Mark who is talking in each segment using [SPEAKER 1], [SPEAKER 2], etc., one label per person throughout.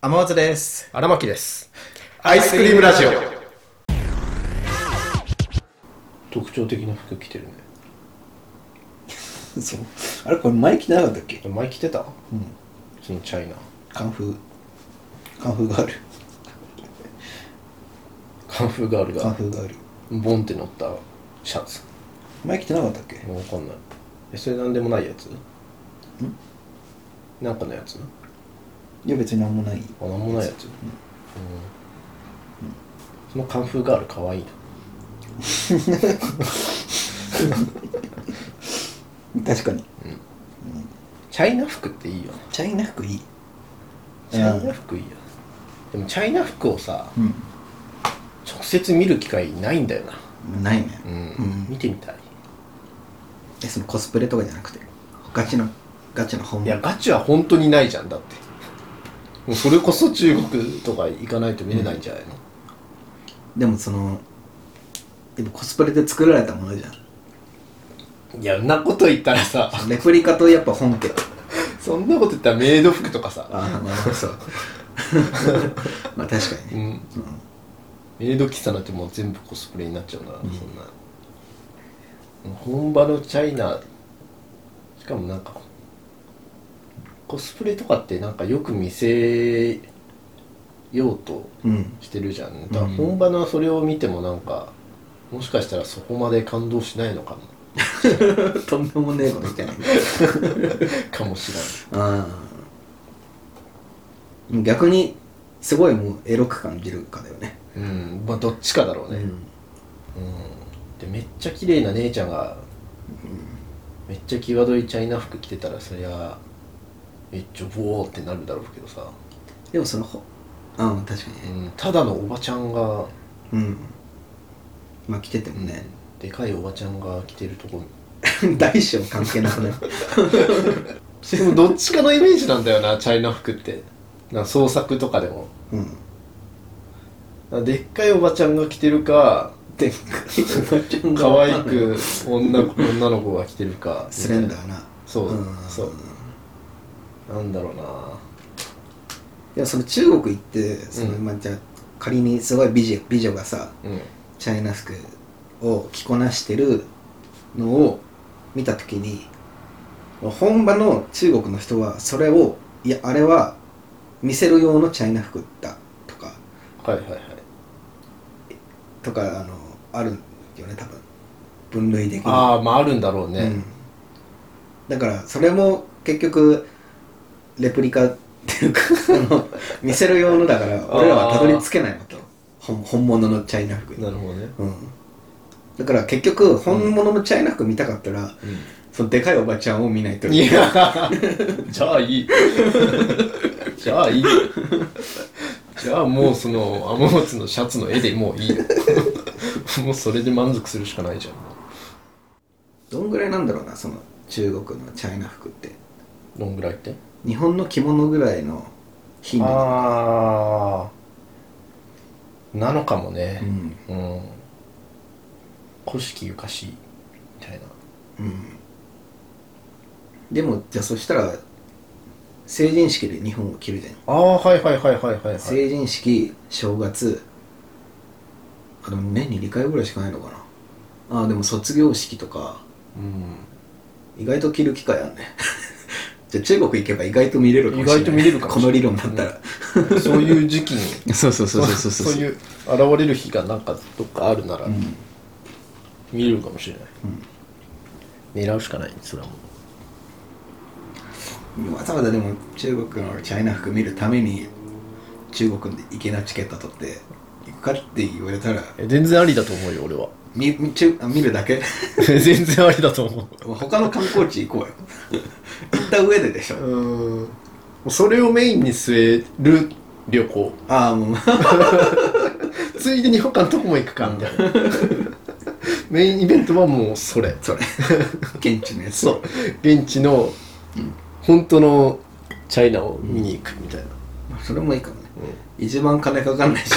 [SPEAKER 1] 天松です。
[SPEAKER 2] 荒牧です
[SPEAKER 1] アイスクリームラジオ。
[SPEAKER 2] 特徴的な服着てるね
[SPEAKER 3] そうあれこれ前着てなかったっけ
[SPEAKER 2] 前着てたうんそのチャイナ
[SPEAKER 3] カンフーカンフーがある
[SPEAKER 2] カンフーガール
[SPEAKER 3] カン
[SPEAKER 2] が
[SPEAKER 3] フーがある
[SPEAKER 2] ボンって乗ったシャツ
[SPEAKER 3] 前着てなかったっけ
[SPEAKER 2] もうわかんないえそれなんでもないやつなんかのやつ
[SPEAKER 3] いや別になんもない
[SPEAKER 2] あなんもないやつ、うんそのカンフーガールかわいいな
[SPEAKER 3] 確かに
[SPEAKER 2] チャイナ服っていいよな
[SPEAKER 3] チャイナ服いい
[SPEAKER 2] チャイナ服いいよなでもチャイナ服をさ
[SPEAKER 3] う
[SPEAKER 2] 直接見る機会ないんだよな、
[SPEAKER 3] んないね
[SPEAKER 2] うん
[SPEAKER 3] うん
[SPEAKER 2] 見てみたい
[SPEAKER 3] えそのコスプレとかじゃなくてガチのガチの本
[SPEAKER 2] いやガチは本当にないじゃんだってもうそれこそ中国とか行かないと見れないんじゃないの、
[SPEAKER 3] でもそのでもコスプレで作られたものじゃん
[SPEAKER 2] いやんなこと言ったらさ
[SPEAKER 3] レプリカとやっぱ本家
[SPEAKER 2] そんなこと言ったらメイド服とかさ、
[SPEAKER 3] ああなるほど そうまあ確か
[SPEAKER 2] う
[SPEAKER 3] にね
[SPEAKER 2] ん、メイド喫茶なんてもう全部コスプレになっちゃうんだな、そんな本場のチャイナしかもなんかコスプレとかってなんかよく見せようと
[SPEAKER 3] うん
[SPEAKER 2] してるじゃんだから本場のそれを見てもなんかもしかしたらそこまで感動しないのかも
[SPEAKER 3] とんでもねえこと言ってない
[SPEAKER 2] かもしれない
[SPEAKER 3] ああ逆にすごいもうエロく感じるかだよね
[SPEAKER 2] うんまあどっちかだろうね、でめっちゃ綺麗な姉ちゃんが、めっちゃ際どいチャイナ服着てたらそりゃめっちゃボーってなるだろうけどさ、
[SPEAKER 3] でもそのほうん確かに
[SPEAKER 2] う
[SPEAKER 3] ね
[SPEAKER 2] ん、ただのおばちゃんが、
[SPEAKER 3] うんまあ着ててもね
[SPEAKER 2] でかいおばちゃんが着てるとこ
[SPEAKER 3] 大小関係なくね
[SPEAKER 2] でもどっちかのイメージなんだよなチャイナ服ってなんか創作とかでも
[SPEAKER 3] うん
[SPEAKER 2] なんかでっかいおばちゃんが着てるか
[SPEAKER 3] でっかいおばちゃんが
[SPEAKER 2] 可愛く女女の子が着てるか
[SPEAKER 3] スレンダーな
[SPEAKER 2] そう、
[SPEAKER 3] うん
[SPEAKER 2] そうなんだろうな
[SPEAKER 3] でもその中国行ってその、
[SPEAKER 2] うん
[SPEAKER 3] まあ、じゃあ仮にすごい美女美女がさ
[SPEAKER 2] うん
[SPEAKER 3] チャイナ服を着こなしてるのを見た時に本場の中国の人はそれをいやあれは見せる用のチャイナ服だとか
[SPEAKER 2] はいはいはい
[SPEAKER 3] とかあのあるよね多分分類的に
[SPEAKER 2] ああまああるんだろうね、
[SPEAKER 3] うん、だからそれも結局レプリカ って いうかあの見せる用のだから俺らはたどり着けないわけよ本本物のチャイナ服に
[SPEAKER 2] なるほどね、
[SPEAKER 3] うん、だから結局本物のチャイナ服見たかったら、そのでかいおばちゃんを見ないと
[SPEAKER 2] いや じゃあいい じゃあいいじゃあもうその天松のシャツの絵でもういいよ もうそれで満足するしかないじゃん
[SPEAKER 3] どんぐらいなんだろうなその中国のチャイナ服って
[SPEAKER 2] どんぐらいって
[SPEAKER 3] 日本の着物ぐらいの頻度な
[SPEAKER 2] ああなのかも
[SPEAKER 3] う
[SPEAKER 2] ね
[SPEAKER 3] ん
[SPEAKER 2] うん古式ゆかしいみたいな
[SPEAKER 3] うんでもじゃあそしたら成人式で日本を着るじゃん、
[SPEAKER 2] ああはいはいはいはいはい、はい、
[SPEAKER 3] 成人式正月あでも年に2回ぐらいしかないのかなあでも卒業式とか
[SPEAKER 2] うん
[SPEAKER 3] 意外と着る機会あるね じゃあ中国行けば意外と見れるかもしれない
[SPEAKER 2] 意外と見れるかもし
[SPEAKER 3] こ
[SPEAKER 2] れな
[SPEAKER 3] の
[SPEAKER 2] い
[SPEAKER 3] 理論だったら、
[SPEAKER 2] そういう時期に
[SPEAKER 3] そう そうそうそう
[SPEAKER 2] そういう現れる日がなんかどっかあるなら、
[SPEAKER 3] ん
[SPEAKER 2] 見れるかもしれない、狙うしかないそれはもう
[SPEAKER 3] わざわざでも中国のチャイナ服見るために中国で行けなチケット取って行くかって言われたら
[SPEAKER 2] え全然ありだと思うよ俺は
[SPEAKER 3] みみ中あ見るだけ
[SPEAKER 2] 全然ありだと思
[SPEAKER 3] 他の観光地行こうよ行った上ででしょ、
[SPEAKER 2] ううんそれをメインに据える旅行
[SPEAKER 3] ああもう
[SPEAKER 2] ついでに他のとこも行くかみたいな メインイベントはもうそれ
[SPEAKER 3] それ現地のやつ
[SPEAKER 2] そう現地の本当のチャイナを見に行くみたい
[SPEAKER 3] まあそれもいいかもね、一番金かかんないし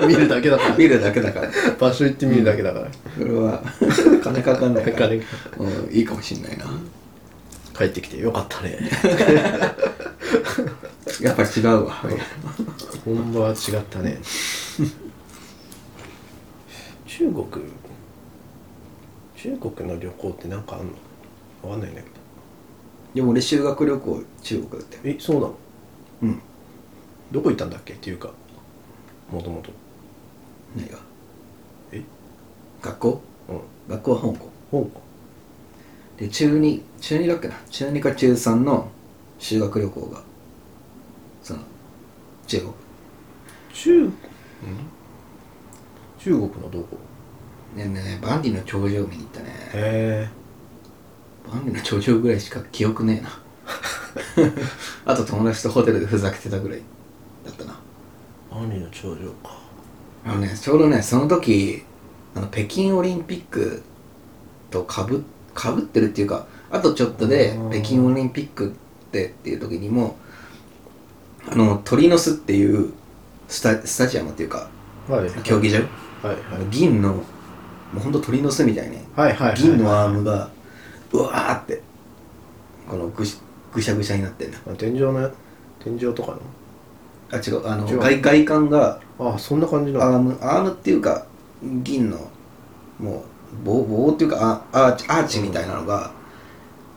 [SPEAKER 2] な、 見るだけだから
[SPEAKER 3] 見るだけだから
[SPEAKER 2] 場所行って見るだけだから、
[SPEAKER 3] それは 金かかんないから
[SPEAKER 2] 金か
[SPEAKER 3] うん、いいかもしんないな
[SPEAKER 2] 帰ってきてよかったね
[SPEAKER 3] やっぱ違うわ
[SPEAKER 2] 本場は違ったね中国中国の旅行ってなんかあんのわかんないんだけ
[SPEAKER 3] でも俺修学旅行中国だったよ
[SPEAKER 2] どえそうなの
[SPEAKER 3] うん
[SPEAKER 2] どこ行ったんだっけっていうかもともと
[SPEAKER 3] 何が
[SPEAKER 2] え
[SPEAKER 3] 学校
[SPEAKER 2] うん
[SPEAKER 3] 学校は香港
[SPEAKER 2] 香港
[SPEAKER 3] で中2中2だっけな中2か中3の修学旅行がその中国
[SPEAKER 2] 中うん中国のどこ
[SPEAKER 3] ねえねえ万里の長城見に行ったね
[SPEAKER 2] へえ
[SPEAKER 3] 万里の長城ぐらいしか記憶ねえな あと友達とホテルでふざけてたぐらいだったな
[SPEAKER 2] 万里の長城か
[SPEAKER 3] あのねちょうどねその時あの北京オリンピックとかぶかぶってるっていうかあとちょっとで
[SPEAKER 2] あー
[SPEAKER 3] 北京オリンピックってっていう時にもあの鳥の巣っていうスタスタジアムっていうか
[SPEAKER 2] はい
[SPEAKER 3] 競技場
[SPEAKER 2] はい
[SPEAKER 3] あの銀のもうほんと鳥の巣みたいに
[SPEAKER 2] はいはいはい
[SPEAKER 3] 銀のアームがうわーってこのぐしぐしゃぐしゃになってんな
[SPEAKER 2] あ天井の天井とか
[SPEAKER 3] あ違うあの
[SPEAKER 2] 違う
[SPEAKER 3] 外外観が
[SPEAKER 2] のあそんな感じな
[SPEAKER 3] ア
[SPEAKER 2] の
[SPEAKER 3] ームアームっていうか銀のもう棒棒っていうかあアーチアーチみたいなのが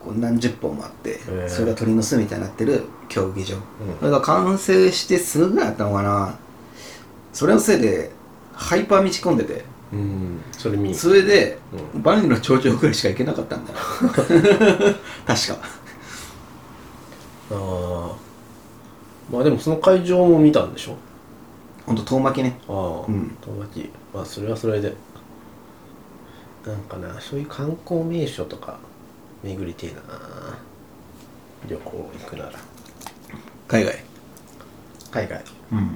[SPEAKER 3] こう何十本もあって
[SPEAKER 2] へー
[SPEAKER 3] それが鳥の巣みたいになってる競技場
[SPEAKER 2] うん
[SPEAKER 3] それが完成してすぐぐらいだったのかなそれのせいでハイパー道込んでて
[SPEAKER 2] うんそれ見に
[SPEAKER 3] それで
[SPEAKER 2] う
[SPEAKER 3] 万里の頂上ぐらいしか行けなかったんだ よ確か
[SPEAKER 2] ああまあでもその会場も見たんでしょ
[SPEAKER 3] ほんと遠巻きね
[SPEAKER 2] ああ
[SPEAKER 3] うん
[SPEAKER 2] 友達まあそれはそれでなんかなそういう観光名所とか巡りてえな旅行行くなら
[SPEAKER 3] 海外
[SPEAKER 2] 海外
[SPEAKER 3] うん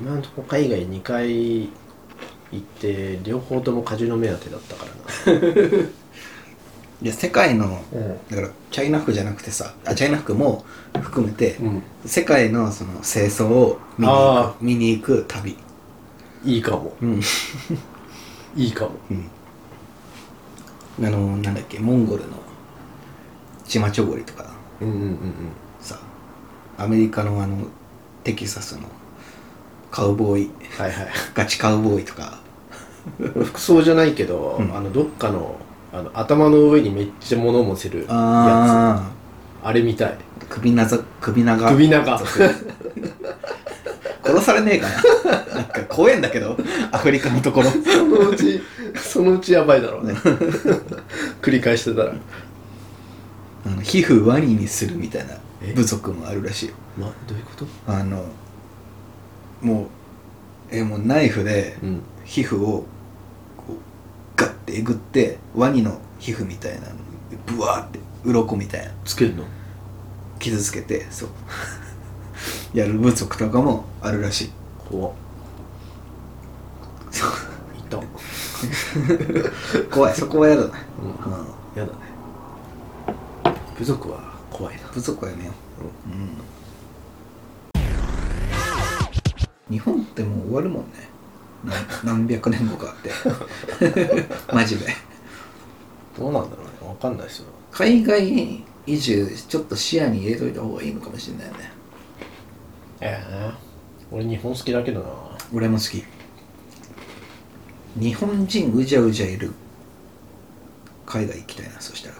[SPEAKER 2] 今のとこ海外2回行って両方ともカジノ目当てだったから
[SPEAKER 3] いや世界の
[SPEAKER 2] な
[SPEAKER 3] だからチャイナ服じゃなくてさあチャイナ服も含めて、
[SPEAKER 2] うん
[SPEAKER 3] 世界のその清掃を見に行
[SPEAKER 2] あ
[SPEAKER 3] く見に行く旅
[SPEAKER 2] いいかも
[SPEAKER 3] うん
[SPEAKER 2] いいかも
[SPEAKER 3] あのなんだっけモンゴルのチマチョゴリとか
[SPEAKER 2] うんうんうんうん
[SPEAKER 3] さアメリカのあのテキサスのカウボーイ
[SPEAKER 2] はいはい
[SPEAKER 3] ガチカウボーイとか
[SPEAKER 2] 服装じゃないけど、
[SPEAKER 3] うん
[SPEAKER 2] あのどっかのあの頭の上にめっちゃ物を乗せるやつあ
[SPEAKER 3] あ
[SPEAKER 2] れみたい
[SPEAKER 3] あ首なざ首長
[SPEAKER 2] 首長
[SPEAKER 3] 殺されねえかななんか怖えんだけどアフリカのところ
[SPEAKER 2] そのう ちそのうちやばいだろう ね繰り返してたら
[SPEAKER 3] あの皮膚ワニにするみたいな
[SPEAKER 2] え
[SPEAKER 3] 部族もあるらしいよ
[SPEAKER 2] まどういうこと
[SPEAKER 3] あのもうえもうナイフで
[SPEAKER 2] うん
[SPEAKER 3] 皮膚をこうガッてえぐってワニの皮膚みたいなのブワーって鱗みたいな
[SPEAKER 2] つけるの
[SPEAKER 3] 傷つけてそう やる部族とかもあるらしい
[SPEAKER 2] 怖っ
[SPEAKER 3] そう
[SPEAKER 2] いたうん
[SPEAKER 3] 怖いそこはやだな、うん、
[SPEAKER 2] やだね部族は怖いな
[SPEAKER 3] 部族はやめよう、うん日本ってもう終わるもんねな何百年後かってマジで
[SPEAKER 2] どうなんだろうねわかんないですよ
[SPEAKER 3] 海外移住ちょっと視野に入れといた方がいいのかもしれないよね
[SPEAKER 2] ええ俺日本好きだけどな
[SPEAKER 3] 俺も好き日本人うじゃうじゃいる海外行きたいなそしたら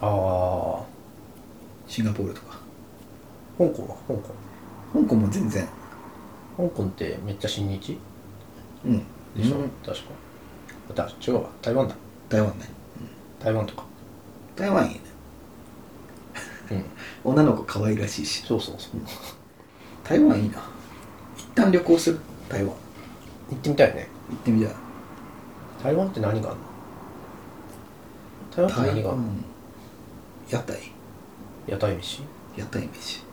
[SPEAKER 2] ああ
[SPEAKER 3] シンガポールとか
[SPEAKER 2] 香港は香港
[SPEAKER 3] 香港も全然
[SPEAKER 2] 香港ってめっちゃ親日
[SPEAKER 3] うん
[SPEAKER 2] でしょ、
[SPEAKER 3] うん
[SPEAKER 2] 確かだ違うわ台湾だ
[SPEAKER 3] 台湾ね
[SPEAKER 2] 台湾とか
[SPEAKER 3] 台湾いいね
[SPEAKER 2] うん
[SPEAKER 3] 女の子可愛いらしいし
[SPEAKER 2] そうそうそう
[SPEAKER 3] 台湾いいな一旦旅行する台湾
[SPEAKER 2] 行ってみたいね
[SPEAKER 3] 行ってみたい
[SPEAKER 2] 台湾って何があるの台湾って何
[SPEAKER 3] 台
[SPEAKER 2] があるの
[SPEAKER 3] 湾屋台
[SPEAKER 2] 屋台飯
[SPEAKER 3] 屋台飯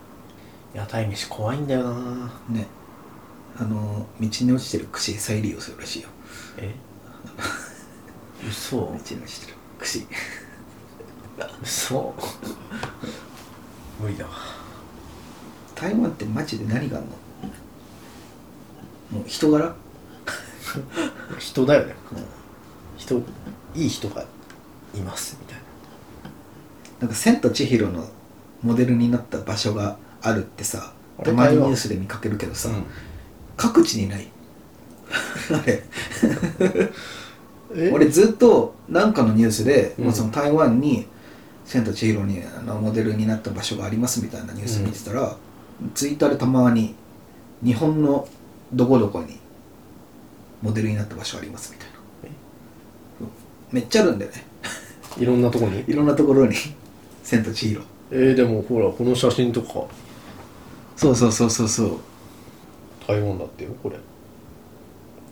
[SPEAKER 2] 屋台飯怖いんだよな
[SPEAKER 3] ねあの道に落ちてる串再利用するらしいよ
[SPEAKER 2] え嘘
[SPEAKER 3] 道に落ちてる串
[SPEAKER 2] 嘘無理だわ
[SPEAKER 3] 台湾ってマジで何があんのもう人柄
[SPEAKER 2] 人だよね人いい人がいますみたいな
[SPEAKER 3] なんか「千と千尋のモデルになった場所があるってさ
[SPEAKER 2] あれ
[SPEAKER 3] たまに
[SPEAKER 2] 台
[SPEAKER 3] ニ
[SPEAKER 2] 湾
[SPEAKER 3] ュースで見かけるけどさ、
[SPEAKER 2] うん
[SPEAKER 3] 各地にない あれ
[SPEAKER 2] え
[SPEAKER 3] 俺ずっとなんかのニュースで、
[SPEAKER 2] うん
[SPEAKER 3] もうその台湾に「千と千尋にあのモデルになった場所があります」みたいなニュース見てたら、ツイッターでたまに「日本のどこどこにモデルになった場所あります」みたいなそうめっちゃあるんだよね
[SPEAKER 2] いろんなとこに
[SPEAKER 3] いろんなところに「千と千尋」
[SPEAKER 2] えー、でもほらこの写真とか
[SPEAKER 3] そうそうそうそうそう
[SPEAKER 2] 台湾だってよこれ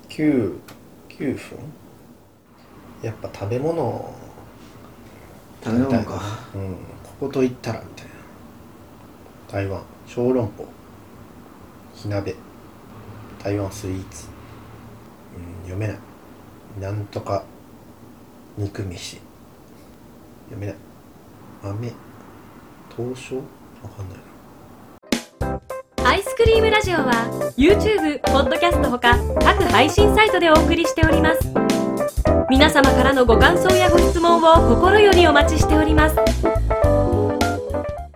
[SPEAKER 2] 99分やっぱ食べ物
[SPEAKER 3] 食べ物か
[SPEAKER 2] うんここといったらみたいな台湾小籠包火鍋台湾スイーツうん読めないなんとか肉飯読めない豆東証わかんないな
[SPEAKER 4] アイスクリームラジオは YouTube、ポッドキャストほか各配信サイトでお送りしております皆様からのご感想やご質問を心よりお待ちしております